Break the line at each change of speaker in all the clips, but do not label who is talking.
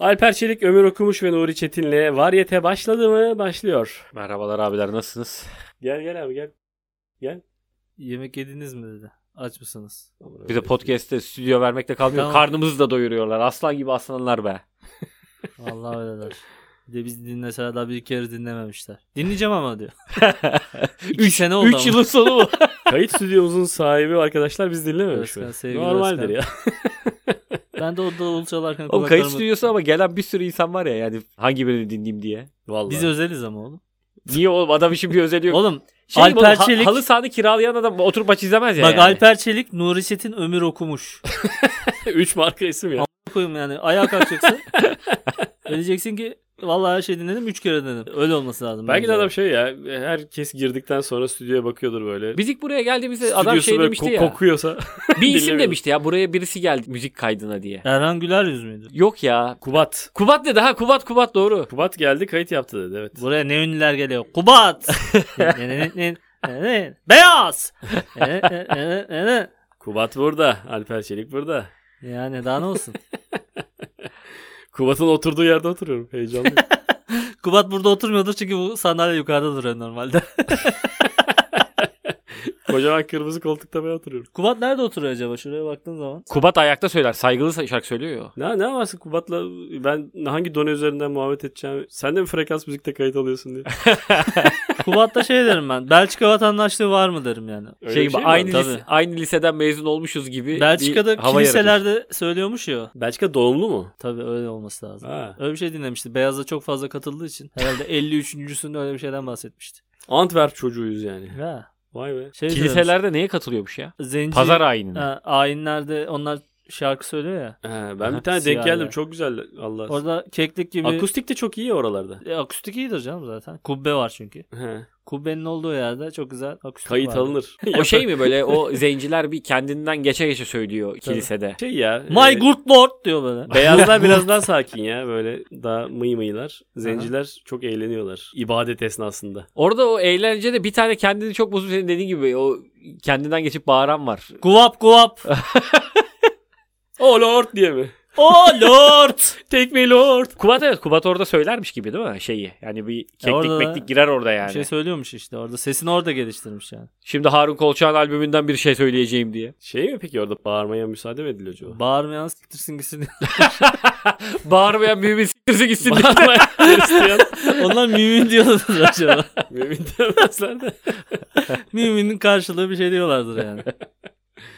Alper Çelik, Ömür Okumuş ve Nuri Çetin'le Varyete başladı mı? Başlıyor.
Merhabalar abiler nasılsınız?
Gel gel abi gel.
Yemek yediniz mi dedi. Aç mısınız?
Bir de podcast'te stüdyo vermekte kalmıyor.
Tamam.
Karnımızı da doyuruyorlar. Aslan gibi aslanlar be.
Vallahi öyleler. Bir de biz dinleseler daha bir kere dinlememişler. Dinleyeceğim ama diyor.
3
sene oldu ama.
yılın sonu mu?
Kayıt stüdyomuzun sahibi arkadaşlar biz dinlememiş
Özkan,
mi?
sevgili
Normaldir
Özkan.
ya.
Ben de orada davul çalarken
Oğlum kayıt
kulaklarımı...
stüdyosu ama gelen bir sürü insan var ya yani hangi birini dinleyeyim diye.
Vallahi.
Biz özeliz ama oğlum.
Niye oğlum adam işin bir özeli yok.
Oğlum
Şey gibi oğlum,
Alper
ha-
Çelik-
halı sahanı kiralayan adam oturup maç izlemez ya.
bak
yani.
Alper Çelik Nuri Çetin ömür okumuş.
Üç marka isim ya.
koyayım yani ayağa kalkacaksın. Ve diyeceksin ki vallahi her şey dinledim 3 kere dinledim. Öyle olması lazım.
Belki de
bence.
adam şey ya herkes girdikten sonra stüdyoya bakıyordur böyle.
Biz ilk buraya geldiğimizde
Stüdyosu
adam şey
böyle
demişti
ko-
ya.
kokuyorsa.
bir isim
dinlemiyorum.
demişti ya buraya birisi geldi müzik kaydına diye.
Erhan Güler yüz müydü?
Yok ya.
Kubat.
Kubat dedi ha Kubat Kubat doğru.
Kubat geldi kayıt yaptı dedi evet.
Buraya ne ünlüler geliyor? Kubat! Ne- ne- ne- ne- ne- ne- Beyaz! Ne- ne- ne- ne- ne- ne-
Kubat burada. Alper Çelik burada.
Yani daha ne olsun?
Kubat'ın oturduğu yerde oturuyorum. Heyecanlıyım.
Kubat burada oturmuyordur çünkü bu sandalye yukarıda duruyor normalde.
Kocaman kırmızı koltukta ben oturuyorum.
Kubat nerede oturuyor acaba? Şuraya baktığın zaman.
Kubat ayakta söyler saygılı şarkı söylüyor ya.
Ne, ne yaparsın Kubat'la ben hangi done üzerinden muhabbet edeceğim? Sen de mi frekans müzikte kayıt alıyorsun diye.
Kubat'ta şey derim ben. Belçika vatandaşlığı var mı derim yani.
Öyle
şey,
bir
gibi,
mi var?
aynı,
Tabii.
lise- aynı liseden mezun olmuşuz gibi bir
Belçika'da
hava yaratıyor.
kiliselerde söylüyormuş ya.
Belçika doğumlu mu?
Tabii öyle olması lazım.
Ha.
Öyle bir şey dinlemişti. Beyaz'da çok fazla katıldığı için. Herhalde 53.sünde öyle bir şeyden bahsetmişti.
Antwerp çocuğuyuz yani.
Ha.
Vay be.
Şey Kiliseler...
Kiliselerde neye katılıyormuş ya?
Zenci,
Pazar ayinine.
Ha, ayinlerde onlar şarkı söylüyor ya.
He, ben bir
Aha,
tane denk
siyah
geldim.
ya.
Çok güzel Allah. Orada
Orada keklik gibi.
Akustik de çok iyi ya oralarda.
E, akustik iyidir canım zaten. Kubbe var çünkü.
He,
Kubbenin olduğu yerde çok güzel akustik
Kayıt
vardı.
alınır.
O şey mi böyle o zenciler bir kendinden geçe geçe söylüyor kilisede.
Şey ya. e,
My good lord diyor böyle.
Beyazlar biraz daha sakin ya. Böyle daha mıy mıylar. Zenciler çok eğleniyorlar. ibadet esnasında.
Orada o eğlencede bir tane kendini çok bozup senin dediğin gibi o kendinden geçip bağıran var.
Guvap guvap.
O lord diye mi?
Oh lord.
Take me lord.
Kubat evet Kubat orada söylermiş gibi değil mi şeyi? Yani bir keklik
orada-
meklik girer orada
Bir
yani.
şey söylüyormuş işte orada. Sesini orada geliştirmiş yani.
Şimdi Harun Kolçak'ın albümünden bir şey söyleyeceğim diye.
Şey mi peki orada bağırmaya müsaade mi ediliyor acaba?
Bağırmayan siktirsin gitsin.
Bağırmayan mümin siktirse gitsin diye.
Bağırmaya Hristiyan
Onlar mümin diyorlardır acaba.
mümin demezler de.
Müminin karşılığı bir şey diyorlardır yani.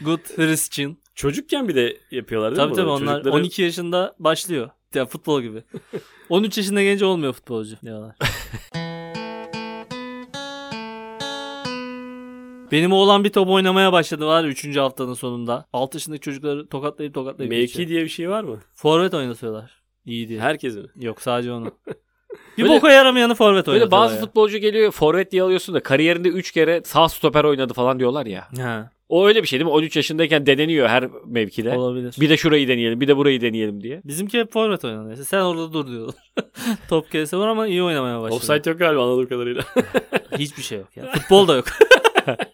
Good Christian.
Çocukken bir de yapıyorlar değil
Tabii
mi?
tabii
bunları?
onlar
Çocukları-
12 yaşında başlıyor. Ya futbol gibi. 13 yaşında gelince olmuyor futbolcu diyorlar. Benim oğlan bir top oynamaya başladı var 3. haftanın sonunda. 6 yaşındaki çocukları tokatlayıp tokatlayıp
Mevki
geçiyor.
diye bir şey var mı?
Forvet oynatıyorlar. İyi diye.
Herkes mi?
Yok sadece onu. bir
Böyle-
boka yaramayanı forvet
Böyle
oynatıyorlar.
bazı
ya.
futbolcu geliyor forvet diye alıyorsun da kariyerinde 3 kere sağ stoper oynadı falan diyorlar ya.
Ha,
O öyle bir şey değil mi? 13 yaşındayken deneniyor her mevkide.
olabilir.
Bir de şurayı deneyelim bir de burayı deneyelim diye.
Bizimki hep forvet oynanıyor. Sen orada dur diyorlar. Top kese var ama iyi oynamaya başladı.
Offside yok galiba anladığım kadarıyla.
Hiçbir şey yok ya. Futbol da yok.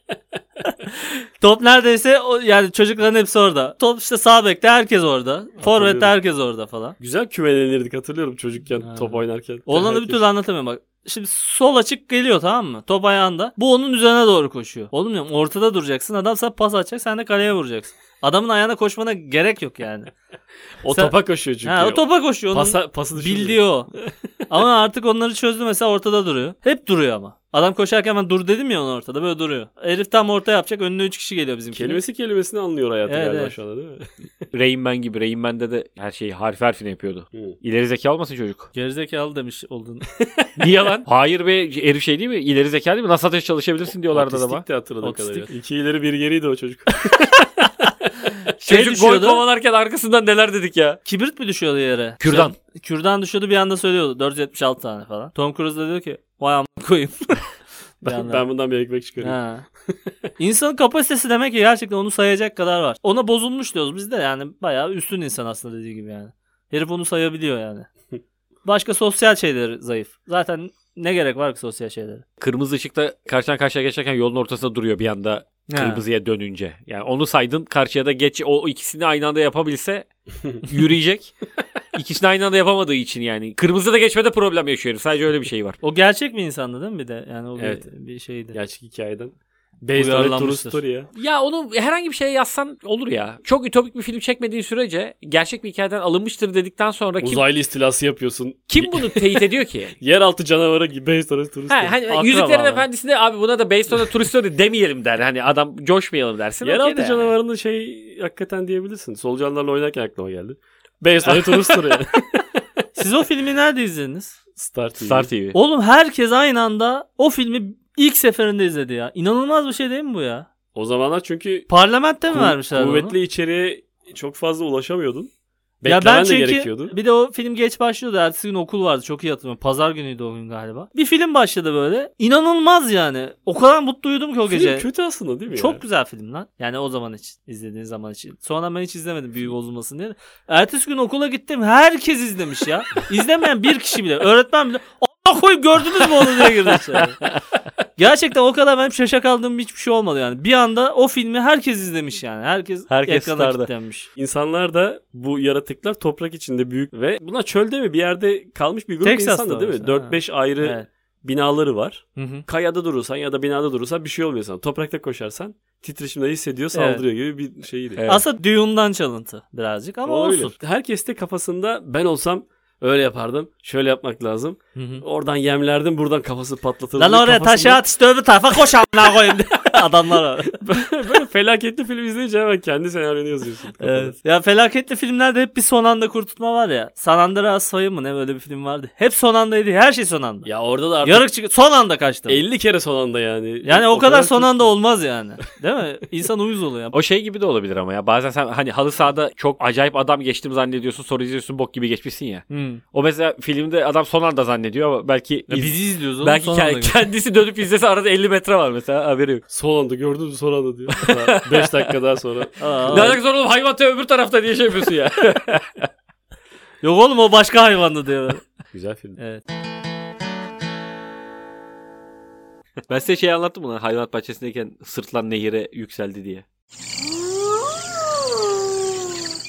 Top neredeyse o, yani çocukların hepsi orada. Top işte sağ bekte herkes orada. Forvet'te herkes orada falan.
Güzel kümelenirdik hatırlıyorum çocukken
Ha.
top oynarken.
Olanı bir
Herkes-
türlü anlatamıyorum bak. Şimdi sol açık geliyor tamam mı? Top ayağında. Bu onun üzerine doğru koşuyor. Oğlum diyorum ortada duracaksın. Adam sana pas atacak sen de kaleye vuracaksın. Adamın ayağına koşmana gerek yok yani.
O
Sen-
topa koşuyor çünkü.
Ha, o topa koşuyor. Onun
Pasa, pası düşünmüyor.
bildiği o. ama artık onları çözdü mesela ortada duruyor. Hep duruyor ama. Adam koşarken ben dur dedim ya onun ortada böyle duruyor. Herif tam orta yapacak önüne 3 kişi geliyor bizimki.
Kelimesi kelimesini anlıyor hayatı
Evet,
galiba
evet.
şu anda değil mi?
Rain Man gibi Rain Man'de de her şeyi harf harfine yapıyordu.
Hı.
İleri zekalı olmasın çocuk?
Gerizekalı demiş oldun.
Niye lan? Hayır be herif şey değil mi? İleri zekalı değil mi? Nasıl ateş çalışabilirsin diyorlardı adama.
Otistik de hatırladığım
Otistik.
kadarıyla. İki ileri bir geriydi o çocuk.
Şey
Çocuk gol
düşüyordu.
kovalarken arkasından neler dedik ya.
Kibrit mi düşüyordu yere?
Kürdan.
İşte kürdan düşüyordu bir anda söylüyordu. 476 tane falan. Tom Cruise da diyor ki vay am koyayım. Bir
ben,
anda.
ben bundan bir ekmek çıkarıyorum.
Ha. İnsanın kapasitesi demek ki gerçekten onu sayacak kadar var. Ona bozulmuş diyoruz biz de yani bayağı üstün insan aslında dediği gibi yani. Herif onu sayabiliyor yani. Başka sosyal şeyleri zayıf. Zaten ne gerek var ki sosyal şeylere?
Kırmızı ışıkta karşıdan karşıya geçerken yolun ortasında duruyor bir anda Kırmızıya dönünce. Yani onu saydın karşıya da geç o ikisini aynı anda yapabilse yürüyecek. İkisini aynı anda yapamadığı için yani. Kırmızı da geçmede problem yaşıyor. herif. Sadece öyle bir şey var.
O gerçek bir insandı değil mi bir de? Yani o bir-
Evet.
bir, şeydi.
Gerçek hikayeden. Based on a true
Uyarlanmıştır.
story ya.
Ya onu herhangi bir şeye yazsan olur ya. Çok ütopik bir film çekmediğin sürece gerçek bir hikayeden alınmıştır dedikten sonra kim,
Uzaylı istilası yapıyorsun.
kim bunu teyit ediyor ki?
Yeraltı canavarı gibi based on a true story.
Ha, hani
Akraba
Yüzüklerin
abi.
Efendisi'nde abi buna da based on a true story demeyelim der. Hani adam coşmayalım dersin.
Yeraltı
okey de.
canavarını şey hakikaten diyebilirsin. Solucanlarla oynarken aklıma geldi. Based on a true story. yani.
Siz o filmi nerede izlediniz?
Star TV.
Star TV.
Oğlum herkes aynı anda o filmi ilk seferinde izledi ya. İnanılmaz bir şey değil mi bu ya?
O zamanlar çünkü
Parlamentte mi
Kuv-
vermişler bunu?
Kuvvetli içeriğe çok fazla ulaşamıyordun.
Ya
Beklemen
ben
de
çünkü
gerekiyordu.
bir de o film geç başlıyordu. Ertesi gün okul vardı. Çok iyi hatırlıyorum. Pazar günüydü o gün galiba. Bir film başladı böyle. İnanılmaz yani. O kadar mutluydum ki o
Film
gece.
kötü aslında değil mi?
Çok
ya?
güzel film lan. Yani o zaman için. izlediğin zaman için. Sonra ben hiç izlemedim büyü bozulmasın diye. Ertesi gün okula gittim. Herkes izlemiş ya. İzlemeyen bir kişi bile. Öğretmen bile. Allah koyup gördünüz mü onu diye girdi içeri. Gerçekten o kadar benim şaşa kaldığım hiçbir şey olmadı yani. Bir anda o filmi herkes izlemiş yani. Herkes,
Herkes
ekrana
starda.
kilitlenmiş.
İnsanlar da bu yaratıklar toprak içinde büyük ve bunlar çölde mi bir yerde kalmış bir grup
Texas'ta
insan da değil mi?
mesela,
4-5 ayrı
Evet.
binaları var.
Hı hı.
Kayada durursan ya da binada durursan bir şey olmuyor sana. Toprakta koşarsan titreşimde hissediyor saldırıyor gibi bir şeydi.
Evet.
Aslında Dune'dan çalıntı birazcık ama
Olabilir.
olsun.
Herkes de kafasında ben olsam öyle yapardım. Şöyle yapmak lazım.
Hı hı.
Oradan yemlerdim buradan kafası patlatırdım.
Lan oraya
Kafasında-
taşı at işte öbür tarafa koş amına koyayım diye. Adamlar var.
Böyle felaketli film izleyince hemen kendi senaryonu yazıyorsun. kafana.
Evet. Ya felaketli filmlerde hep bir son anda kurtulma var ya. San Andreas Fire mı ne böyle bir film vardı. Hep son andaydı. Her şey son anda.
Ya orada da artık
Yarık çık son anda kaçtı.
50 kere son anda yani.
Yani o, kadar, son
çok-
anda olmaz yani. Değil mi? İnsan uyuz oluyor.
O şey gibi de olabilir ama ya. Bazen sen hani halı sahada çok acayip adam geçtim zannediyorsun. Sonra izliyorsun bok gibi geçmişsin ya.
Hmm.
O mesela filmde adam son anda zannediyor ama belki
Ya
iz-
bizi izliyoruz oğlum.
belki
son
ke-
anda gördük.
kendisi dönüp izlese arada 50 metre var mesela haberi yok.
Son anda gördün mü son anda diyor. 5 dakika daha sonra.
Aa,
Ne alakası var oğlum hayvan te öbür tarafta diye şey yapıyorsun ya.
Yok oğlum o başka hayvandı diyor.
Güzel film.
Evet.
ben size şey anlattım mı lan hayvanat bahçesindeyken sırtlan nehire yükseldi diye.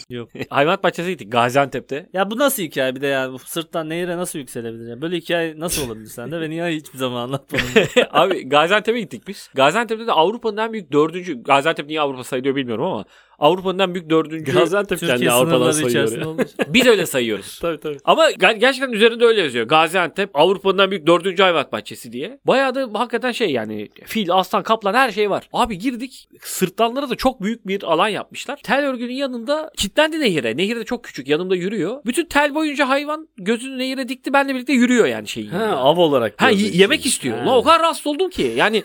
Yok.
hayvanat bahçesine gittik Gaziantep'te.
Ya bu nasıl hikaye bir de yani bu sırttan nehire nasıl yükselebilir? ya? Böyle hikaye nasıl olabilir sende ve niye hiçbir zaman anlatmadın?
Abi Gaziantep'e gittik biz. Gaziantep'te de Avrupa'nın en büyük dördüncü. Gaziantep niye Avrupa sayılıyor bilmiyorum ama. Avrupa'nın en büyük dördüncü.
Gaziantep
Türkiye
kendi Avrupa'dan
sınırları
sayıyor.
içerisinde
Ya.
olmuş.
Biz öyle sayıyoruz.
Tabii tabii.
Ama ger- gerçekten üzerinde öyle yazıyor. Gaziantep Avrupa'nın en büyük dördüncü hayvanat bahçesi diye. Bayağı da hakikaten şey yani fil, aslan, kaplan her şey var. Abi girdik sırtlanlara da çok büyük bir alan yapmışlar. Tel örgünün yanında kilitlendi nehire. Nehir de çok küçük yanımda yürüyor. Bütün tel boyunca hayvan gözünü nehire dikti benle birlikte yürüyor yani şeyin.
Ha,
yanında.
av olarak.
Ha, y-
gördüğü için.
yemek istiyor.
Ha.
Lan o kadar rahatsız oldum ki. Yani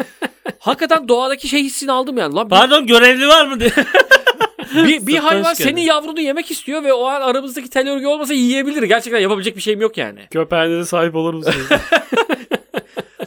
hakikaten doğadaki şey hissini aldım yani. Lan bir-
Pardon görevli var mı diye.
bir, bir hayvan
Sırtlanış
senin
geldi.
yavrunu yemek istiyor ve o an aramızdaki tel örgü olmasa yiyebilir. Gerçekten yapabilecek bir şeyim yok yani.
Köpeğinize sahip olur musunuz?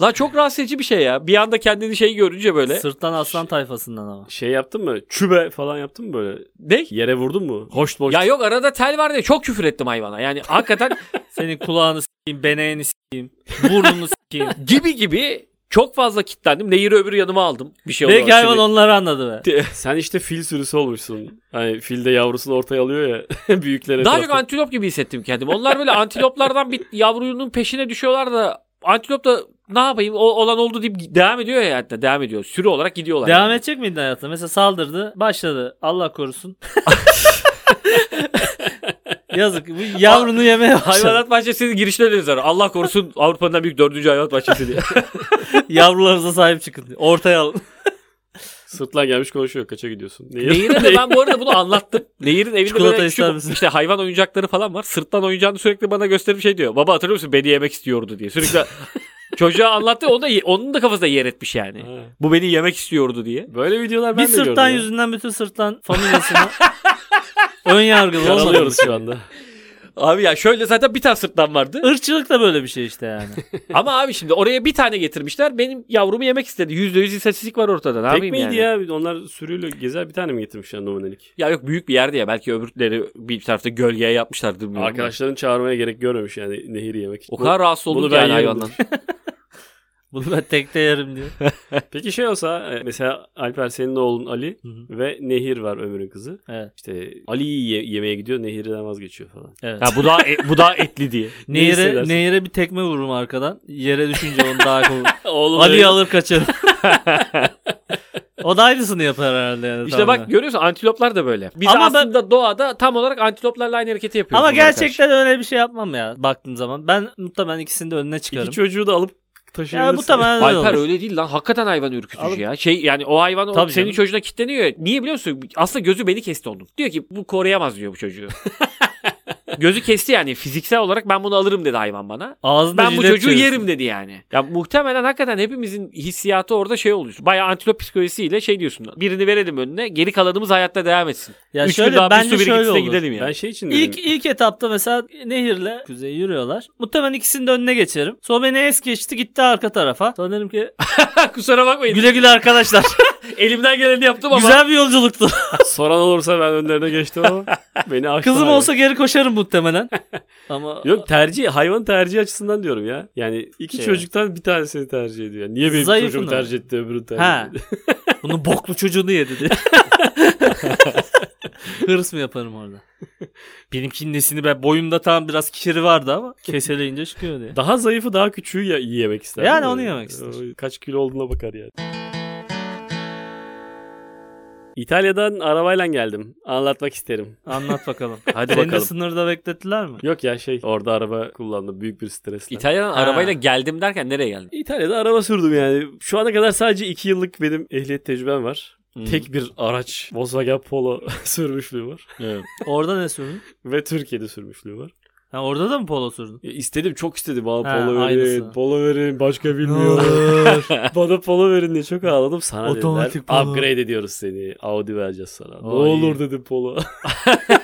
Lan çok rahatsız edici bir şey ya. Bir anda kendini şey görünce böyle.
Sırttan aslan tayfasından ama.
şey yaptın mı? Çübe falan yaptın mı böyle?
Ne?
Yere vurdun mu? Hoş boş.
Ya yok arada tel var diye çok küfür ettim hayvana. Yani hakikaten
Senin kulağını s**eyim, beneğini s**eyim, burnunu s**eyim.
gibi gibi çok fazla kitlendim. Nehiri öbür yanıma aldım. Bir şey oldu.
Belki hayvan onları anladı be.
Sen işte fil sürüsü olmuşsun. Hani fil de yavrusunu ortaya alıyor ya. büyüklere.
Daha
tarafı.
çok antilop gibi hissettim kendimi. Onlar böyle antiloplardan bir yavrunun peşine düşüyorlar da antilop da ne yapayım o olan oldu deyip devam ediyor ya hatta devam ediyor. Sürü olarak gidiyorlar.
Devam
yani.
edecek miydin hayatına? Mesela saldırdı, başladı. Allah korusun. Yazık. Bu yavrunu yemeye başladı.
Hayvanat bahçesinin girişine öyle yazar. Allah korusun Avrupa'nın en büyük dördüncü hayvanat bahçesi diye.
Yavrularınıza sahip çıkın. diye. Ortaya alın.
Sırtlan gelmiş konuşuyor. Kaça gidiyorsun? Nehir.
Nehir'e de ben bu arada bunu anlattım. Nehir'in evinde
Çikolata
böyle
ister
küçük
misin?
işte hayvan oyuncakları falan var. Sırttan oyuncağını sürekli bana gösterip şey diyor. Baba hatırlıyor musun beni yemek istiyordu diye. Sürekli çocuğa anlattı. O da, ye- onun da kafasında yer etmiş yani.
Ha.
Bu beni yemek istiyordu diye.
Böyle videolar ben
bir
de gördüm.
sırttan
ya.
yüzünden bütün sırttan familyasını ön yargılı olmadı.
Karalıyoruz şu anda.
Abi ya şöyle zaten bir tane sırtlan vardı.
Irkçılık da böyle bir şey işte yani.
Ama abi şimdi oraya bir tane getirmişler. Benim yavrumu yemek istedi. %100 istatistik var ortada. Ne
Tek
yapayım
miydi
yani?
ya? Onlar sürüyle gezer bir tane mi getirmişler numunelik?
Ya yok büyük bir yerde ya. Belki öbürleri bir tarafta gölgeye yapmışlardır. bilmiyorum.
Arkadaşların çağırmaya gerek görmemiş yani nehir yemek.
O
Bu-
kadar rahatsız oldum
bunu
ki
ben
yani
yerim
hayvandan.
Bunu ben tekte yerim diyor.
Peki şey olsa e, mesela Alper senin oğlun Ali
Hı hı.
ve Nehir var Ömür'ün kızı.
Evet.
İşte Ali'yi ye- yemeğe gidiyor Nehir'den vazgeçiyor falan.
evet.
Ha, bu daha e- bu daha etli diye.
ne
Nehire,
hissedersin?
nehire bir tekme vururum arkadan. Yere düşünce onu daha kolay.
Oğlum
Ali alır kaçarım. o da aynısını yapar herhalde yani.
İşte
tahminen.
bak görüyorsun antiloplar da böyle. Biz
Ama ben-
aslında doğada tam olarak antiloplarla aynı hareketi yapıyoruz.
Ama
bunlara
gerçekten öyle bir şey yapmam ya baktığım zaman. Ben muhtemelen ikisini de önüne çıkarım.
iki çocuğu da alıp
Ya
taşıyabilirsin.
muhtemelen
karşı.
öyle olur.
Alper öyle değil lan. Hakikaten hayvan ürkütücü
Alıp-
ya. Şey yani o hayvan o
Tabii
senin
canım.
çocuğuna kilitleniyor. ya. Niye biliyor musun? Aslında gözü beni kesti onun. Diyor ki bu koruyamaz diyor bu çocuğu. gözü kesti yani fiziksel olarak ben bunu alırım dedi hayvan bana.
Ağzında
Ben bu
jilet
çocuğu
çevirsin.
yerim dedi yani. Ya muhtemelen hakikaten hepimizin hissiyatı orada şey oluyor. Bayağı antilop psikolojisiyle şey diyorsun. Birini verelim önüne geri kalanımız hayatta devam etsin.
Ya
Üç
şöyle
şöyle, daha bir
bence
su bir
şöyle
gitse
olur.
gidelim yani.
Ben şey için dedim.
İlk, ilk etapta mesela nehirle kuzeye yürüyorlar. Muhtemelen ikisini de önüne geçerim. Sonra beni es geçti gitti arka tarafa. Sonra dedim ki
Kusura bakmayın.
güle güle arkadaşlar.
Elimden geleni yaptım ama.
Güzel bir yolculuktu.
Soran olursa ben önlerine geçtim ama beni aştı.
Kızım
hayvan.
olsa geri koşarım muhtemelen. Ama
Yok tercih hayvan tercih açısından diyorum ya. Yani iki
Şey.
çocuktan bir tanesini tercih ediyor. Yani niye benim
Zayıfını.
çocuğumu tercih etti öbürünü tercih
ha.
etti?
Bunun boklu çocuğunu yedi diye. Hırs mı yaparım orada? Benimkinin nesini ben boyumda tam biraz kiri vardı ama keseleyince çıkıyor diye.
Daha zayıfı daha küçüğü ya- iyi yemek ister.
Yani
değil mi?
onu yemek ister.
O Kaç kilo olduğuna bakar yani. İtalya'dan arabayla geldim. Anlatmak isterim.
Anlat bakalım.
Hadi
Seni de
bakalım.
sınırda beklettiler mi?
Yok ya şey orada araba kullandım büyük bir stresle.
İtalya'dan
Ha.
arabayla geldim derken nereye geldin?
İtalya'da araba sürdüm yani. Şu ana kadar sadece 2 yıllık benim ehliyet tecrübem var. Tek bir araç Volkswagen Polo sürmüşlüğüm var.
Hmm. Orada ne sürdün?
Ve Türkiye'de sürmüşlüğüm var.
Ha, orada da mı polo sürdün?
Ya istedim çok istedim. Bana
Ha,
polo verin,
aynısı.
polo verin başka bilmiyorum. Bana polo verin diye çok ağladım. Sana dediler
Otomatik polo.
upgrade ediyoruz seni. Audi vereceğiz sana. Ne
Vay.
olur dedim polo.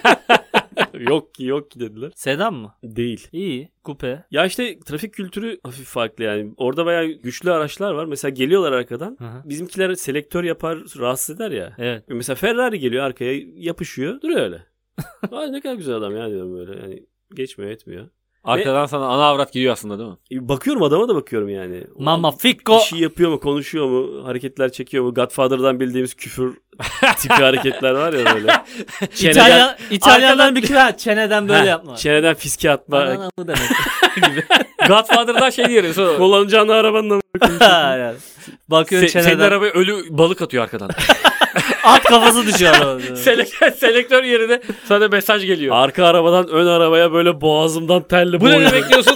yok ki yok ki dediler.
Sedan mı?
Değil.
İyi. Kupe.
Ya işte trafik kültürü hafif farklı yani. Orada bayağı güçlü araçlar var. Mesela geliyorlar arkadan. Bizimkiler selektör yapar rahatsız eder ya.
Evet.
Mesela Ferrari geliyor arkaya yapışıyor duruyor öyle. Ay ne kadar güzel adam ya diyorum böyle. Yani geçmiyor etmiyor.
Arkadan sana ana avrat giriyor aslında değil mi?
E, Bakıyorum adama da bakıyorum yani.
Mama
Bir
Fico.
şey yapıyor mu, konuşuyor mu, hareketler çekiyor mu? Godfather'dan bildiğimiz küfür tipi hareketler var ya böyle. Çeneden,
İtalyan, İtalyan'dan
Arkadan-
bir kere çeneden böyle
Ha,
yapma.
Çeneden fiske atma.
Ananı demek.
Godfather'dan şey diyoruz. Se-
Kullanacağını arabanın amına koyayım.
Ha, yani. Bakıyorsun
senin
çeneden.
arabaya ölü balık atıyor arkadan.
At Ah, kafası düşüyor arabada.
Selek- selektör yerine sana mesaj geliyor.
Arka arabadan ön arabaya böyle boğazımdan telli
Bu ne
boğuyor.
demek diyorsun?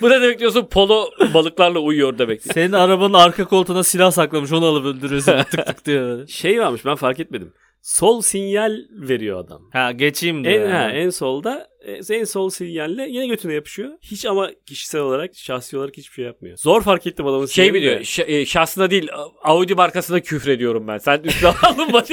Bu ne demek diyorsun? Polo balıklarla uyuyor demek.
Senin arabanın arka koltuğuna silah saklamış onu alıp öldürüyorsun tık tık diyor. böyle.
Şey varmış ben fark etmedim. Sol sinyal veriyor adam.
Ha geçeyim diyor.
En, ha,
yani.
en solda e, en sol sinyalle yine götüne yapışıyor. Hiç ama kişisel olarak şahsi olarak hiçbir şey yapmıyor. Zor fark ettim adamın
Şey mi
sinyalini
diyor?
de.
Ş- e, şahsına değil Audi markasına küfrediyorum ben. Sen üstüne aldın bana.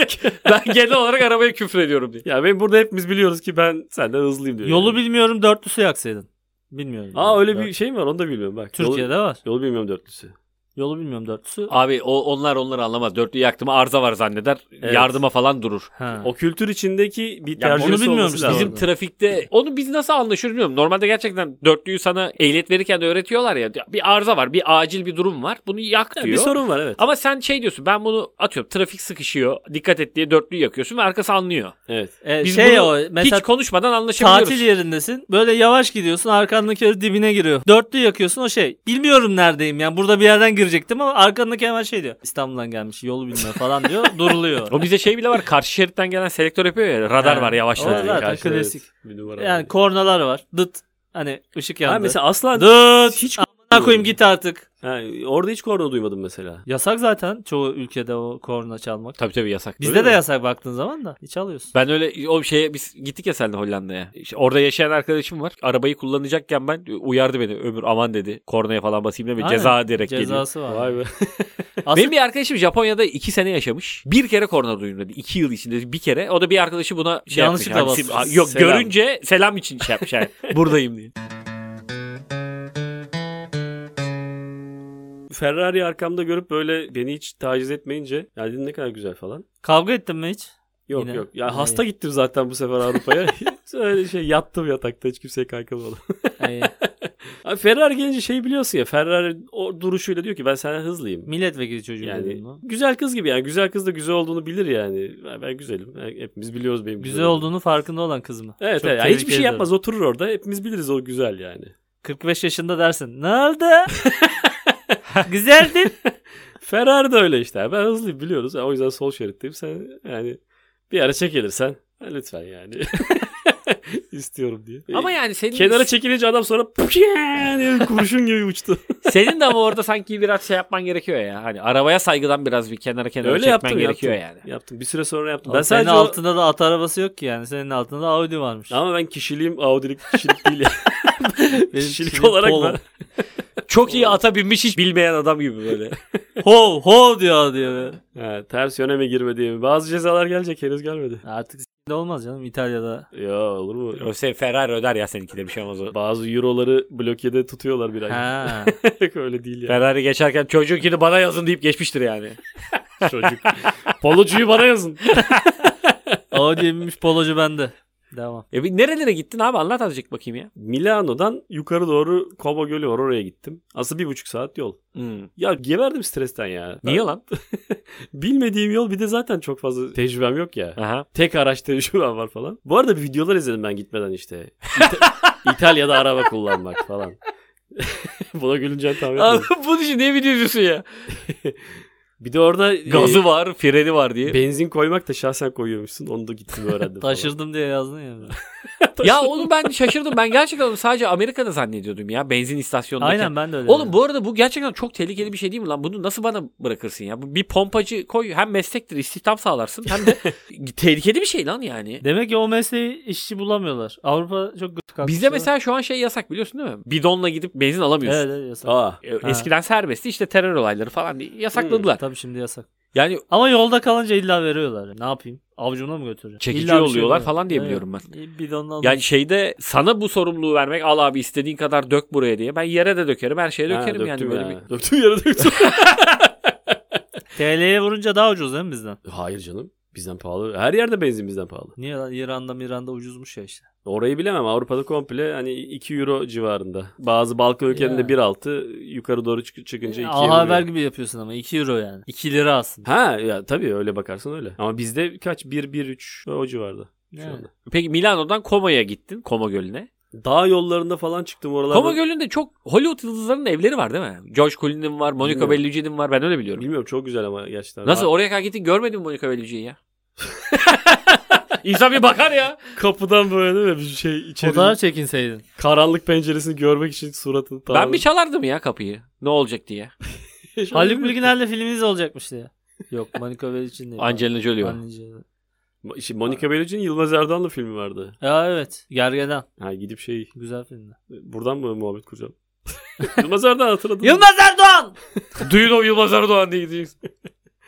Ben genel olarak arabaya küfrediyorum diye.
Ya ben burada hepimiz biliyoruz ki ben senden hızlıyım diyor.
Yolu
yani.
bilmiyorum dörtlüsü yaksaydın. Bilmiyorum.
Aa öyle
Dört-
bir şey mi var onu da bilmiyorum bak. Yolu-
Türkiye'de var.
Yolu bilmiyorum dörtlüsü.
Yolu bilmiyorum dörtlüsü.
Abi o, onlar onları anlamaz. Dörtlü yaktım arıza var zanneder.
Evet.
Yardıma falan durur.
Ha.
O kültür içindeki bir
Ya
tercih
onu bilmiyorum
olması
işte.
lazım.
Bizim
Tamam.
trafikte onu biz nasıl anlaşıyoruz bilmiyorum. Normalde gerçekten dörtlüyü sana ehliyet verirken de öğretiyorlar ya. Bir arıza var, bir acil bir durum var. Bunu yak diyor.
bir sorun var evet.
Ama sen şey diyorsun ben bunu atıyorum trafik sıkışıyor dikkat et diye dörtlüyü yakıyorsun ve arkası anlıyor.
Evet.
E,
Biz
şey
bunu
o mesela
Hiç konuşmadan anlaşabiliyoruz.
tatil yerindesin. Böyle yavaş gidiyorsun arkandaki dibine giriyor. Dörtlü yakıyorsun o şey. Bilmiyorum neredeyim yani burada bir yerden girecektim ama arkandaki hemen şey diyor. İstanbul'dan gelmiş yolu bilmiyor falan diyor. Duruluyor.
O bize şey bile var karşı şeritten gelen selektör yapıyor ya radar
Ha.
var yavaşla
O
diye.
zaten
karşıda,
klasik.
evet, bir numara
Yani
var.
kornalar var. Dıt. Hani ışık yandı.
Ha, mesela asla
Dıt.
hiç
Amına koyayım git artık.
ha, orada hiç korna duymadım mesela.
Yasak zaten çoğu ülkede o korna çalmak.
Tabii tabii yasak.
Bizde
Öyle
de
mi?
yasak baktığın zaman da hiç alıyorsun.
Ben öyle o şeye biz gittik ya seninle Hollanda'ya. İşte orada yaşayan arkadaşım var. Arabayı kullanacakken ben uyardı beni. Ömür aman dedi. Kornaya falan basayım deme.
Aynen.
Ceza direkt geliyor.
Cezası var.
Vay be.
Aslında
Benim bir arkadaşım Japonya'da 2 sene yaşamış. Bir kere korna duydum dedi. 2 yıl içinde bir kere. O da bir arkadaşı buna şey
Yanlışlıkla
yapmış. Hani
basmış.
sim- yok
Selam.
görünce selam için şey yapmış. Yani. Buradayım diye.
Ferrari arkamda görüp böyle beni hiç taciz etmeyince ya dedim ne kadar güzel falan.
kavga ettin mi hiç?
Yok
Yine.
yok. Ya
Yine.
hasta gittim zaten bu sefer Avrupa'ya. Hiç Öyle şey yattım yatakta hiç kimseye kalkamadım. Abi Ferrari gelince şey biliyorsun ya Ferrari o duruşuyla diyor ki ben senden hızlıyım.
Milletvekili çocuğu
Yani
dedim lan.
güzel kız gibi yani güzel kız da güzel olduğunu bilir yani. Ben, ben güzelim. Yani hepimiz biliyoruz benim
Güzel olduğunu farkında olan kız mı?
Evet,
Çok
evet. Yani
tebrik
hiçbir şey
ediyorum.
yapmaz oturur orada. Hepimiz biliriz o güzel yani.
45 yaşında dersin. Ne oldu? Güzeldin.
Ferrari de öyle işte. Ben hızlıyım biliyoruz. Yani o yüzden sol şeritteyim. Sen yani bir ara çekilirsen ha, lütfen yani. istiyorum diye. E,
Ama yani senin
kenara çekilince adam sonra diye kurşun gibi uçtu.
senin de ama orada sanki biraz şey yapman gerekiyor ya. Hani arabaya saygıdan biraz bir kenara kenara
Öyle
çekmen
yaptım,
gerekiyor
yaptım.
yani.
Yaptım. Bir süre sonra yaptım.
Ben
ben
senin
sadece o-
altında da at arabası yok ki yani. Senin altında Audi varmış.
ama ben kişiliğim Audi'lik kişilik değil.
Benim
kişilik
şimdi
olarak
polo.
ben-
Çok iyi ata binmiş hiç bilmeyen adam gibi böyle.
Ho ho diyor diyor.
Ha, ters yöne mi girmedi mi? Bazı cezalar gelecek henüz gelmedi.
Artık s**t olmaz canım İtalya'da.
Ya olur mu?
Öse şey Ferrari öder ya seninkide bir şey olmaz. o.
Bazı euroları blokede tutuyorlar bir ay.
Ha.
Öyle değil yani.
Ferrari geçerken çocuğunkini bana yazın deyip geçmiştir yani.
çocuk. Polocuyu bana yazın.
Audi'ye binmiş polocu bende. Devam.
E bir nerelere gittin abi anlat azıcık bakayım ya.
Milano'dan yukarı doğru Como Gölü var oraya gittim. Aslında bir buçuk saat yol.
Hmm.
Ya geberdim stresten ya.
Niye lan?
Bilmediğim yol bir de zaten çok fazla tecrübem yok ya.
Aha.
Tek araç tecrübem var falan. Bu arada bir videolar izledim ben gitmeden işte. İta- İtalya'da araba kullanmak falan. Buna gülünce tahmin
Abi
etmiyorum.
bunun için niye video izliyorsun ya?
Bir de orada e,
Gazı var, freni var diye.
benzin koymak da şahsen koyuyormuşsun. Onu da gittim öğrendim falan.
Taşırdım diye yazdın ya.
ya onu ben şaşırdım. Ben gerçekten onu sadece Amerika'da zannediyordum ya. Benzin istasyonundaki.
Aynen ben de öyle.
Oğlum bu arada bu gerçekten çok tehlikeli bir şey değil mi lan? Bunu nasıl bana bırakırsın ya? Bu Bir pompacı koy hem meslektir istihdam sağlarsın hem de tehlikeli bir şey lan yani.
Demek ki o mesleği işçi bulamıyorlar. Avrupa çok gırt kalkmış.
Bizde mesela şu an şey yasak biliyorsun değil mi? Bidonla gidip benzin alamıyorsun.
Evet evet yasak.
Aa.
E,
Ha. Hmm.
Eskiden serbestti işte terör olayları falan diye yasakladılar.
Tabii şimdi yasak.
Yani
Ama yolda kalınca illa veriyorlar. Ne yapayım? Avcumla mı götüreceğim?
Çekici
İlla bir şey
yolluyorlar
veriyor. E,
falan diye biliyorum ben.
Bir Bidonla
yani şeyde sana bu sorumluluğu vermek al abi istediğin kadar dök buraya diye. Ben yere de dökerim her şeye
Ha,
dökerim yani
döktüm
böyle
ya.
bir.
Döktüm yere döktüm.
TL'ye vurunca daha ucuz değil mi bizden?
Hayır canım. Bizden pahalı. Her yerde benzin bizden pahalı.
Niye lan İran'da İran'da ucuzmuş ya işte.
Orayı bilemem. Avrupa'da komple hani 2 euro civarında. Bazı Balkan ülkelerinde
Ya.
1.6 yukarı doğru çık- çıkınca 2
Aha E, haber gibi yapıyorsun ama 2 euro yani. 2 lira aslında.
Ha ya tabii öyle bakarsan öyle. Ama bizde kaç 1 1 3 o civarda şu
Yani.
anda.
Peki Milano'dan Koma'ya gittin. Koma Gölü'ne.
Dağ yollarında falan çıktım oralarda.
Koma Gölü'nde çok Hollywood yıldızlarının evleri var değil mi? George Clooney'nin var, Monica
Bilmiyorum.
Bellucci'nin var. Ben öyle biliyorum.
Bilmiyorum çok güzel ama gerçekten.
Nasıl
Ha-
oraya kadar gittin görmedin mi Monica Bellucci'yi ya? İnsan bir bakar ya.
kapıdan böyle değil mi? Bir şey içeri.
Fotoğraf çekinseydin.
Karanlık penceresini görmek için suratını
Ben bir şey- çalardım ya kapıyı. Ne olacak diye.
Şöyle
Haluk
bir-
Bilginer'le filminiz olacakmış diye. Yok Monica Bellucci'nin değil.
Angelina Jolie var.
Angelina.
Ma- işte Monica Bellucci'nin Yılmaz Erdoğan'la filmi vardı.
Ya evet. Gergedan.
Ha gidip şey
Güzel filmdi.
buradan mı muhabbet kuracağım? Yılmaz Erdoğan hatırladım.
Yılmaz Erdoğan!
Duyun o Yılmaz Erdoğan diye gideceksin.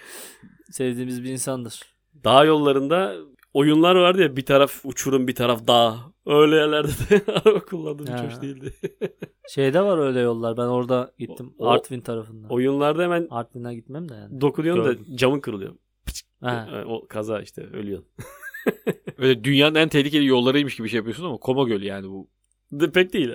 Sevdiğimiz bir insandır.
dağ yollarında oyunlar vardı ya bir taraf uçurum bir taraf dağ. Öyle yerlerde de araba kullandığım hiç
Ha.
hoş değildi.
Şeyde var öyle yollar. Ben orada gittim.
O- o-
Artvin tarafında.
Oyunlarda hemen
Artvin'e gitmem de yani.
dokunuyorsun
Gördüm.
da camın kırılıyor.
Ha.
Ee, O kaza işte ölüyorsun.
Öyle dünyanın en tehlikeli yollarıymış gibi şey yapıyorsun ama Koma Gölü yani bu.
De, pek değil.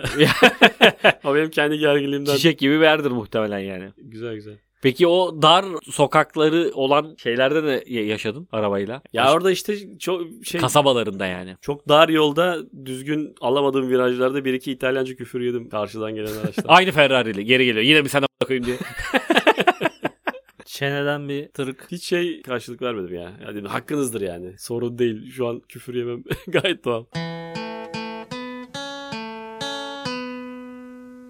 Ama benim kendi gerginliğimden.
Çiçek gibi bir yerdir muhtemelen yani.
Güzel güzel.
Peki o dar sokakları olan şeylerde de ya- yaşadın arabayla.
Ya
İşte
orada işte çok şey
kasabalarında yani.
çok dar yolda düzgün alamadığım virajlarda bir iki İtalyanca küfür yedim karşıdan gelen araçtan.
Aynı Ferrari'li geri geliyor. Yine bir sana bakayım diye.
Çeneden bir tırık.
Hiç şey karşılık vermedim ya. Yani hakkınızdır yani. Sorun değil. Şu an küfür yemem gayet doğal.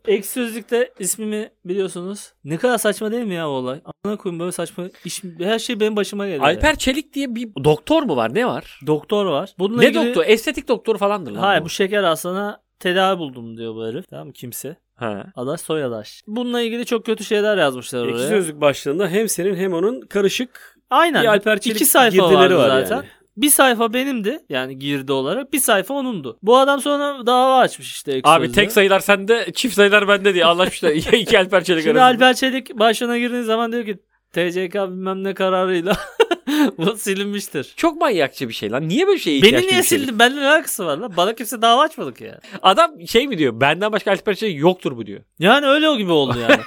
Ek sözlükte ismimi biliyorsunuz. Ne kadar saçma değil mi ya o olay? Amına koyayım böyle saçma iş, her şey benim başıma geliyor.
Alper Çelik diye bir doktor mu var? Ne var?
Doktor var. Bununla
ne
ilgili-
doktor? Estetik doktoru falandır lan.
Hayır bu şeker hastalığına tedavi buldum diyor bu herif. Tamam mı? kimse.
Ha.
Adaş soyadaş. Bununla ilgili çok kötü şeyler yazmışlar oraya.
Ekşi sözlük başlığında hem senin hem onun karışık
Aynen.
bir Alper Çelik
iki sayfa
girdileri
vardı
var
zaten.
yani.
Bir sayfa benimdi. Yani girdi olarak. Bir sayfa onundu. Bu adam sonra dava açmış işte ek
Abi
sözlüğe.
tek sayılar sende, çift sayılar bende diye anlaşmışlar. İki Alper Çelik
Şimdi
arasında.
Alper Çelik başına girdiği zaman diyor ki TCK bilmem ne kararıyla bu silinmiştir.
Çok manyakça bir şey lan. Niye böyle şeye ihtiyaç
Beni niye
duymuş herif?
sildin? Benden ne alakası var lan? Bana kimse dava açmadı ki yani.
Adam şey mi diyor? Benden başka Alper şey yoktur bu diyor.
Yani öyle o gibi oldu yani.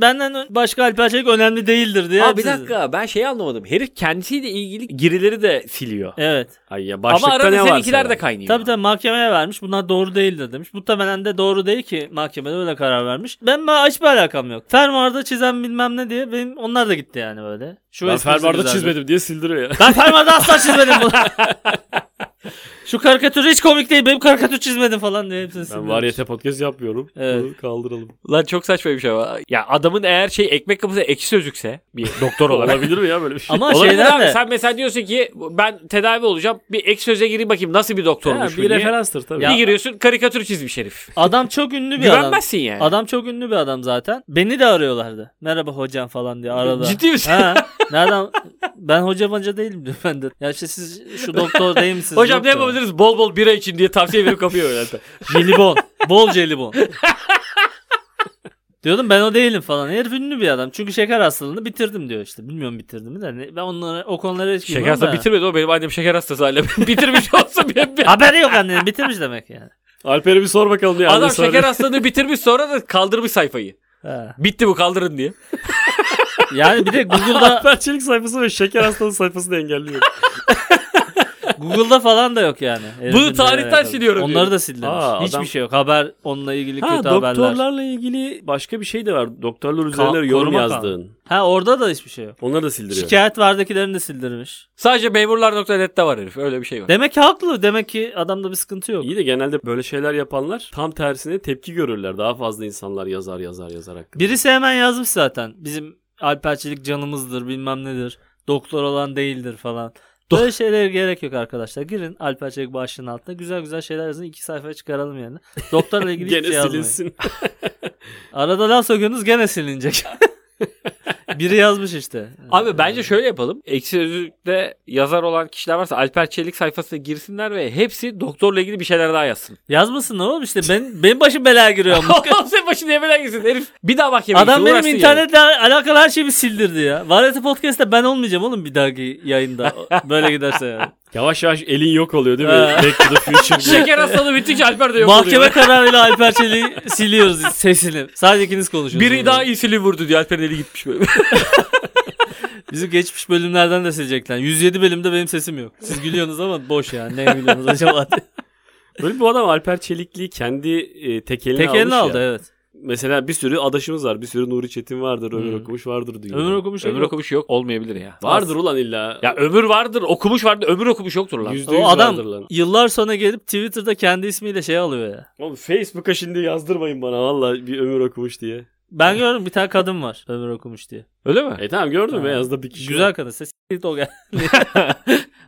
benden, benden başka Alper Çelik önemli değildir diye.
Aa bir
hepsi-
dakika ben şeyi anlamadım. Herif kendisiyle ilgili girileri de siliyor.
Evet.
Ay ya
Ama
başlıkta
arada
ne var?
seninkiler de kaynıyor.
Tabii tabii mahkemeye vermiş. Bunlar doğru değildir demiş. Muhtemelen de doğru değil ki mahkemede öyle karar vermiş. Ben ben hiçbir alakam yok. Fermuarda çizen bilmem ne diye benim onlar da gitti yani böyle. Şu
Ben
esprisi
fermuarda
güzeldi.
çizmedim diye sildiriyor ya.
Ben fermuarda asla çizmedim bunu. Şu karikatür hiç komik değil. Benim karikatür çizmedim falan diye hepsini
Ben
sinirlenmiş.
variyete podcast yapmıyorum.
Evet.
Bunu kaldıralım.
Lan çok saçma bir şey var. Ya adamın eğer şey ekmek kapısı ekşi sözlükse bir doktor olarak.
Olabilir mi ya böyle bir şey?
Ama
Olabilir
şeyden
abi.
de
Sen mesela diyorsun ki ben tedavi olacağım. Bir ek söze gireyim bakayım nasıl bir
Ya,
doktormuş bu
bir
diye.
referanstır tabii.
Bir giriyorsun karikatür çizmiş herif.
adam çok ünlü bir adam.
Güvenmezsin yani.
Adam çok ünlü bir adam zaten. Beni de arıyorlardı. Merhaba hocam falan diye arada.
Ciddi misin?
Ha, nereden? Ben hoca banca değilim diyor ben de. Ya işte siz şu doktor değil misiniz?
Hocam ne
Doktor.
yapabiliriz? Bol bol bira için diye tavsiye verip kapıyor öyle.
Jelibon. Bol jelibon. Diyordum ben o değilim falan. Herif ünlü bir adam. Çünkü şeker hastalığını bitirdim diyor işte. Bilmiyorum bitirdim mi de. ne- Ben onlara, o konulara hiç
Şeker
girmem
hastası
de.
bitirmedi o benim annem şeker hastası hala. Bitirmiş olsun bir, bir-
Haberi yok annenin. Bitirmiş demek yani.
Alper'e bir sor bakalım diye.
Adam
annesi
şeker
arıyor.
hastalığını bitirmiş sonra da kaldırmış sayfayı.
Ha.
Bitti bu kaldırın diye.
Yani bir de Google'da
Alper Çelik sayfası ve şeker hastalığı sayfasını engelliyor.
Google'da falan da yok yani. Herifin
Bunu tarihten
nereye kadar.
siliyorum
Onları
diyor.
da sildirmiş.
Aa,
Hiçbir
adam-
şey yok. Haber onunla ilgili
ha
kötü haberler.
doktorlarla ilgili başka bir şey de var. Doktorlar üzerine yorum
koruma
yazdığın.
Ha orada da hiçbir şey yok.
Onları da sildiriyor.
Şikayet vardakilerini de sildirmiş.
Sadece memurlar.net'te var herif. Öyle bir şey var.
Demek ki haklı. Demek ki adamda bir sıkıntı yok.
İyi de genelde böyle şeyler yapanlar tam tersine tepki görürler. Daha fazla insanlar yazar yazar yazar hakkında.
Birisi hemen yazmış zaten. Bizim alperçilik canımızdır bilmem nedir. Doktor olan değildir falan. Böyle şeylere gerek yok arkadaşlar. Girin alperçilik başlığının altına. Güzel güzel şeyler yazın. iki sayfaya çıkaralım yani. Doktorla ilgili hiçbir
Gene
şey yazmayın.
silinsin.
Arada laf sokuyorsunuz gene silinecek. Biri yazmış işte.
Abi bence şöyle yapalım. Eksi sözlükte yazar olan kişiler varsa Alper Çelik sayfasına girsinler ve hepsi doktorla ilgili bir şeyler daha yazsın.
Yazmasın oğlum işte ben benim başım belaya giriyor. ama.
Oğlum sen başını yemeden gitsin herif. Bir daha mahkemeye
Adam
gitsin,
benim
uğraşsın
internetle alakalı her şeyi bir sildirdi ya. Varete Podcast'ta ben olmayacağım oğlum bir dahaki yayında. Böyle giderse yani.
Yavaş yavaş elin yok oluyor değil mi?
Ha.
Back to the future
yani.
diye.
Şeker hastalığı bittikçe Alper de yok
Mahkeme
oluyor.
kararıyla Alper Çelik'i siliyoruz sesini. Sadece ikiniz konuşuyorsunuz.
Biri daha insülin vurdu diyor. Alper'in eli gitmiş böyle.
Bizim geçmiş bölümlerden de silecekler. 107 bölümde benim sesim yok. Siz gülüyorsunuz ama boş yani. Ne gülüyorsunuz acaba?
Böyle bu adam Alper Çelikli'yi kendi e, tek eline
Tek
almış
elini
ya.
aldı evet.
Mesela bir sürü adaşımız var. Bir sürü Nuri Çetin vardır. Ömür
Hmm.
Okumuş vardır diyor.
Ömür okumuş.
ömür
Ömür okumuş.
okumuş yok. Olmayabilir ya.
Vardır ulan illa.
Ya ömür vardır. Okumuş vardır. Ömür okumuş yoktur lan.
Yüzde yüz
O
vardır lan.
adam yıllar sonra gelip Twitter'da kendi ismiyle şey alıyor ya.
Oğlum Facebook'a şimdi yazdırmayın bana valla bir ömür okumuş diye.
Ben gördüm bir tane kadın var ömür okumuş diye.
Öyle mi?
E tamam gördüm
Ha.
ya yazda bir kişi.
Güzel
var.
kadın. Ses o gel.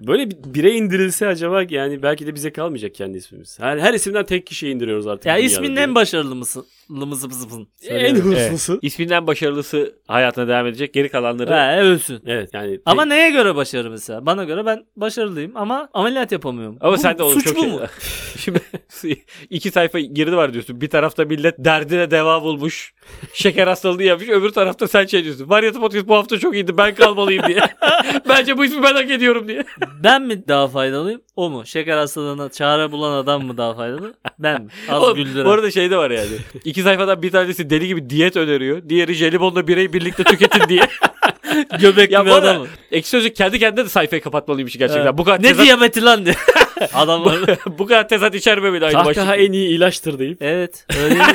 Böyle bir- bire indirilse acaba yani belki de bize kalmayacak kendi ismimiz. Her, her isimden tek kişiye indiriyoruz artık.
Ya
dünyada.
isminin en başarılı mısın? Lımızı mısın?
en hırslısı. Evet.
İsminden başarılısı hayatına devam edecek. Geri kalanları
Ha, e, ölsün.
yani tek-
Ama neye göre başarı mesela? Bana göre ben başarılıyım ama ameliyat yapamıyorum.
Ama
Bu
sen de olur
suç
çok
bu
şey-
mu?
Şimdi iki sayfa girdi var diyorsun. Bir tarafta millet derdine deva bulmuş. Şeker hastalığı yapmış. Öbür tarafta sen şey diyorsun. Varyatı podcast bu hafta çok iyiydi. Ben kalmalıyım diye. Bence bu ismi ben hak ediyorum diye.
Ben mi daha faydalıyım? O mu? Şeker hastalığına çare bulan adam mı daha faydalı? Ben mi? Az
Oğlum, Bu
güldüren.
arada şey de var yani. İki sayfadan bir tanesi deli gibi diyet öneriyor. Diğeri jelibonla bireyi birlikte tüketin diye.
Göbekli
ya
bir
bu arada
adam.
ekşi sözlük kendi kendine de sayfayı kapatmalıymış gerçekten.
Evet.
Bu kadar
Ne
tezat,
diyabeti lan diye. adam var.
bu kadar tezat içermemeli aynı
Kahkaha
başlıkta.
en iyi ilaçtır deyip
Evet. Öyle değil mi?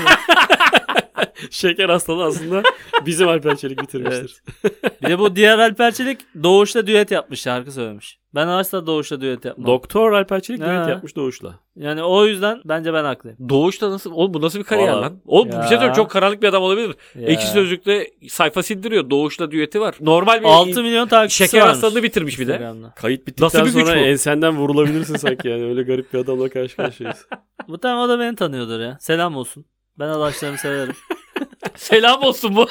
şeker hastalığı aslında bizim Alper Çelik bitirmiştir.
Bir de bu diğer Alperçelik doğuşta düet yapmış şarkı söylemiş. Ben asla doğuşta düet yapmam.
Doktor Alper Çelik
Ha.
düet yapmış Doğuş'la.
yani o yüzden bence ben haklıyım.
Doğuşta nasıl? Oğlum bu nasıl bir kariyer
Valla.
lan? Oğlum
Ya.
bir şey söyleyeyim çok karanlık bir adam olabilir.
Ya.
Ekşi Sözlük'te sayfa sildiriyor. Doğuş'la düeti var. Normal bir
6 milyon takipçisi
şeker
varmış.
hastalığını bitirmiş bir de.
Instagram'da.
Kayıt
Nasıl
bittikten
bir güç
sonra
bu?
ensenden vurulabilirsin sanki yani. Öyle garip bir adamla karşı karşıyayız.
Bu tane o da beni tanıyordur ya. Selam olsun. Ben adaşlarımı severim.
Selam olsun bu.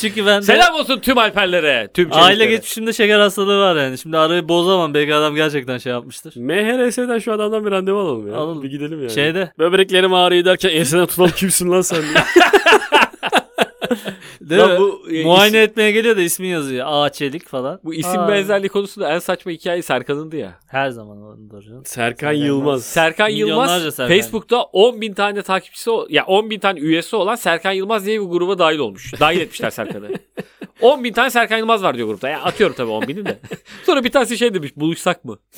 Çünkü ben de
Selam olsun tüm Alperlere. Tüm
aile
çeliklere.
geçmişimde şeker hastalığı var yani. Şimdi arayı bozamam. Belki adam gerçekten şey yapmıştır.
MHRS'den şu adamdan bir randevu alalım ya.
Alalım.
Bir gidelim yani.
Şeyde
Böbreklerim ağrıyor derken enseden tutan kimsin lan sen? diye.
Değil
Lan
mi?
bu, e,
Muayene etmeye geliyor da ismi yazıyor. A Çelik falan.
Bu isim
Aa.
benzerliği konusunda en saçma hikaye Serkan'ındı ya.
Her zaman ondur. canım.
Serkan
Serkan
Yılmaz.
Serkan
Milyonlarca
Yılmaz
Serkan.
Facebook'ta 10 bin tane takipçisi o- ya 10 bin tane üyesi olan Serkan Yılmaz diye bir gruba dahil olmuş. Dahil etmişler Serkan'ı. 10 bin tane Serkan Yılmaz var diyor grupta. Ya atıyorum tabii 10 bini de. Sonra bir tanesi şey demiş buluşsak mı?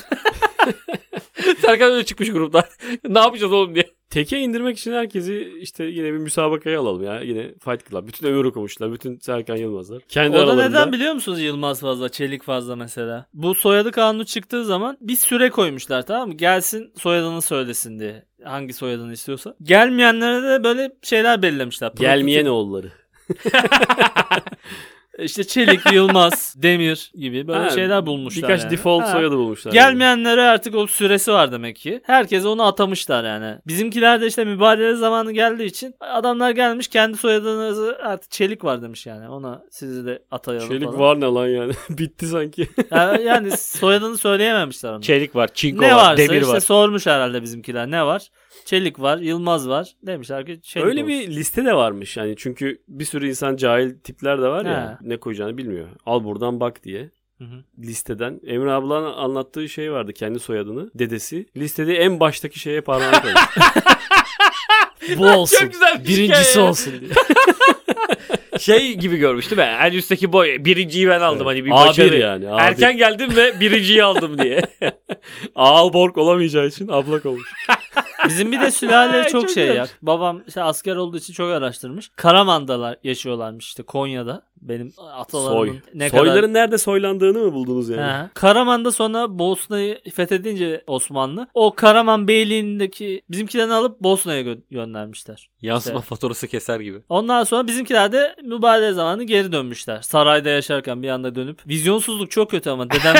Serkan öyle çıkmış gruptan. ne yapacağız oğlum diye.
Teke indirmek için herkesi işte yine bir müsabakaya alalım ya. Yine Fight Club. Bütün ömür okumuşlar. Bütün Serkan Yılmazlar. Kendi
O da
aralarında.
neden biliyor musunuz Yılmaz fazla, Çelik fazla mesela? Bu soyadı kanunu çıktığı zaman bir süre koymuşlar tamam mı? Gelsin soyadını söylesin diye. Hangi soyadını istiyorsa. Gelmeyenlere de böyle şeyler belirlemişler.
Gelmeyen oğulları.
İşte Çelik, Yılmaz, Demir gibi böyle
Ha,
şeyler bulmuşlar.
Birkaç
yani.
default
Ha.
soyadı bulmuşlar.
Gelmeyenlere artık o süresi var demek ki. Herkes onu atamışlar yani. Bizimkiler de işte mübadele zamanı geldiği için adamlar gelmiş kendi soyadınızı artık çelik var demiş yani. Ona sizi de atayalım
yani. Çelik
falan.
var ne lan yani. Bitti sanki.
Yani, yani soyadını söyleyememişler ona.
Çelik var, çinko
ne varsa işte sormuş herhalde bizimkiler ne var? Çelik var, Yılmaz var. Demişler ki çelik
Öyle
olsun.
bir liste de varmış yani çünkü bir sürü insan cahil tipler de var ya
Ha.
ne koyacağını bilmiyor. Al buradan bak diye.
Hı hı.
listeden. Emre ablanın anlattığı şey vardı kendi soyadını. Dedesi. Listede en baştaki şeye parmağını koymuş. Bu olsun.
Çok güzel bir
Birincisi
hikaye.
olsun diye.
Şey gibi görmüş değil mi? En üstteki boy. Birinciyi ben aldım hani bir başarı.
A1 yani. A1.
Erken geldim ve birinciyi aldım diye.
Aalborg olamayacağı için ablak olmuş.
Bizim bir de sülale çok,
Çok
şey ya.
güzelmiş.
Babam işte asker olduğu için çok araştırmış. Karamandalar yaşıyorlarmış işte Konya'da. Benim atalarımın
Soy.
ne kadar...
Soyların nerede soylandığını mı buldunuz yani?
He. Karaman'da sonra Bosna'yı fethedince Osmanlı o Karaman Beyliği'ndeki bizimkilerini alıp Bosna'ya gö- göndermişler.
Yansıma
İşte.
faturası keser gibi.
Ondan sonra bizimkiler de mübarek zamanı geri dönmüşler. Sarayda yaşarken bir anda dönüp. Vizyonsuzluk çok kötü ama dedem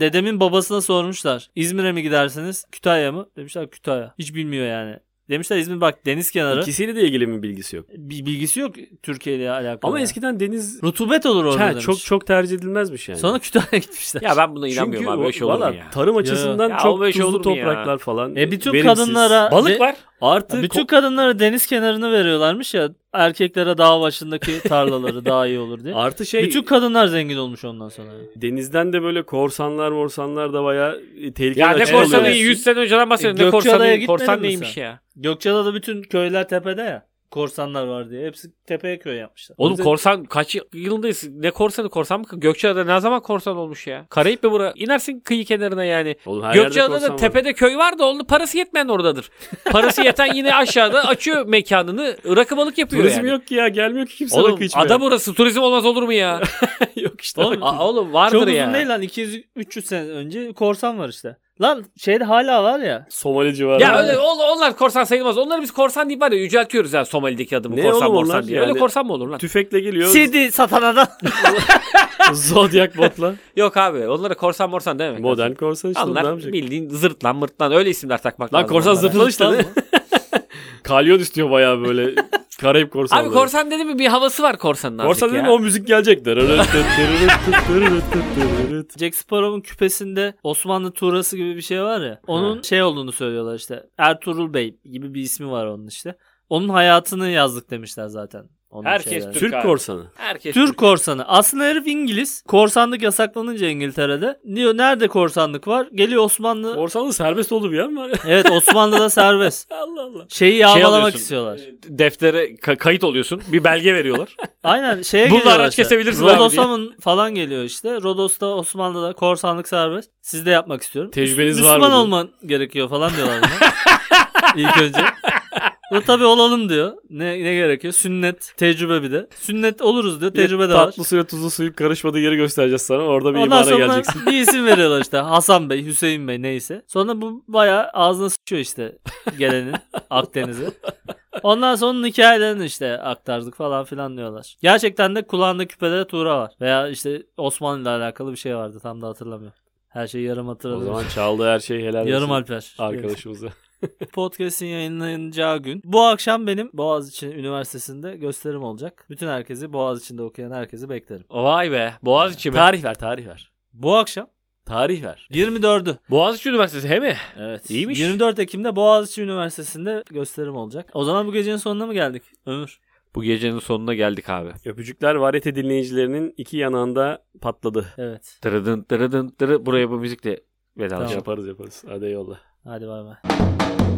dedemin babasına sormuşlar. İzmir'e mi gidersiniz? Kütahya mı? Demişler Kütahya. Hiç bilmiyor yani. Demişler İzmir bak deniz kenarı.
İkisiyle de ilgili mi bilgisi yok?
Bir bilgisi yok Türkiye ile alakalı.
Ama
yani.
eskiden deniz
rutubet olur orada
Ha,
demiş.
çok çok tercih edilmezmiş yani.
Sonra Kütahya'ya gitmişler.
Ya ben buna
çünkü
inanmıyorum abi. Böyle şey olur
valla
mu ya?
tarım açısından
Ya,
çok
böyle şey
tuzlu
olur mu ya?
topraklar falan.
E bütün
verimsiz.
kadınlara
Balık
Ve-
var.
artı
Bütün kadınlara deniz kenarını veriyorlarmış ya erkeklere dağ başındaki tarlaları daha iyi olur diye.
ko- artı şey
Bütün kadınlar zengin olmuş ondan sonra.
denizden de böyle korsanlar morsanlar da bayağı e, tehlikeli
Ya ne
açık oluyor.
korsanı
oluyor.
100 sene önceden bahsediyorsun. Ne
Gökçeada'ya
korsanı,
gitmedin
korsan
mi
neymiş
sen?
ya?
Gökçeada'da bütün köyler tepede ya. Korsanlar var diye. Hepsi tepeye köy yapmışlar.
Oğlum
Bize-
korsan kaç yılındayız? Ne korsanı korsan mı? Gökçeada ne zaman korsan olmuş ya? Karayip mi bura? İnersin kıyı kenarına yani.
Oğlum her yerde korsan
Gökçeada'da
var.
tepede köy var da onun parası yetmeyen oradadır. Parası yeten yine aşağıda açıyor mekanını. Rakı balık yapıyor
Turizm
yani.
yok ki ya gelmiyor ki kimse
Oğlum
rakı içmeye.
ada burası turizm olmaz olur mu ya?
yok işte.
Oğlum,
A- oğlum vardır
çok uzun
ya.
değil lan. 200-300 sene önce korsan var işte. Lan şeyde hala var ya.
Somali civarı.
Ya öyle, on- onlar korsan sayılmaz. Onları biz korsan deyip var ya yüceltiyoruz yani Somali'deki adımı.
Ne
korsan
oğlum
morsan
onlar
diye.
yani?
Öyle korsan mı olur lan?
Tüfekle geliyor.
CD satan adam.
Zodiac botla.
Yok abi onlara korsan morsan dememek lazım.
Modern korsan işte ne
Onlar
yapacak?
bildiğin zırt lan mırt lan öyle isimler takmak
Lan
lazım.
korsan
onlara.
zırtlan işte. ne? Kalyon istiyor bayağı böyle. Karayip korsan.
Abi korsan dedi mi bir havası var korsanın artık
Korsan
ya.
dedim o müzik gelecek.
Jack Sparrow'un küpesinde Osmanlı Tuğrası gibi bir şey var ya. Onun şey olduğunu söylüyorlar işte. Ertuğrul Bey gibi bir ismi var onun işte. Onun hayatını yazdık demişler zaten. Onun
Herkes
şeylerine.
Türk
Türk
abi.
korsanı.
Herkes
Türk korsanı. Aslında herif İngiliz. Korsanlık yasaklanınca İngiltere'de. Diyor nerede korsanlık var? Geliyor Osmanlı.
Korsanlık serbest oldu bir an var.
evet Osmanlı'da serbest.
Allah Allah.
Şeyi yağmalamak
Şey alıyorsun.
istiyorlar.
deftere ka- kayıt oluyorsun. Bir belge veriyorlar.
Aynen şeye
Bununla
geliyorlar
araç
işte.
kesebilirsin abi
Rodos'a mı falan geliyor işte. Rodos'ta Osmanlı'da korsanlık serbest. Siz de yapmak istiyorum.
Tecrübeniz var mı?
Müslüman olman gerekiyor falan diyorlar buna. İlk önce. Bu tabii olalım diyor. Ne, ne gerekiyor? Sünnet. Tecrübe bir de. Sünnet oluruz diyor.
Bir de
Tecrübe de var.
Tatlı suyla tuzlu suyun karışmadığı yeri göstereceğiz sana. Orada bir
Ondan
imana
sonra
geleceksin.
bir isim veriyorlar işte. Hasan Bey, Hüseyin Bey neyse. Sonra bu bayağı ağzına sıçıyor işte gelenin Akdeniz'e. Ondan sonra onun hikayelerini işte aktardık falan filan diyorlar. Gerçekten de kulağında küpede Tuğra var. Veya işte Osmanlı ile alakalı bir şey vardı tam da hatırlamıyorum. Her şeyi yarım
O
hatırladım.
zaman çaldığı her şey helal olsun.
Yarım Alper.
Arkadaşımıza.
Podcast'in yayınlanacağı gün. Bu akşam benim Boğaziçi Üniversitesi'nde gösterim olacak. Bütün herkesi Boğaziçi'nde okuyan herkesi beklerim.
Vay be. Boğaziçi mi?
Tarih ver tarih ver.
Bu akşam
Tarih ver.
24'ü.
Boğaziçi Üniversitesi he mi?
Evet.
İyiymiş.
24 Ekim'de Boğaziçi Üniversitesi'nde gösterim olacak. O zaman bu gecenin sonuna mı geldik? Ömür.
Bu gecenin sonuna geldik abi.
Öpücükler variyete dinleyicilerinin iki yanağında patladı.
Evet.
Tırıdın tırıdın tırı. Buraya bu müzikle vedalaşalım.
Yaparız yaparız. Hadi eyvallah.
Hadi bay bay.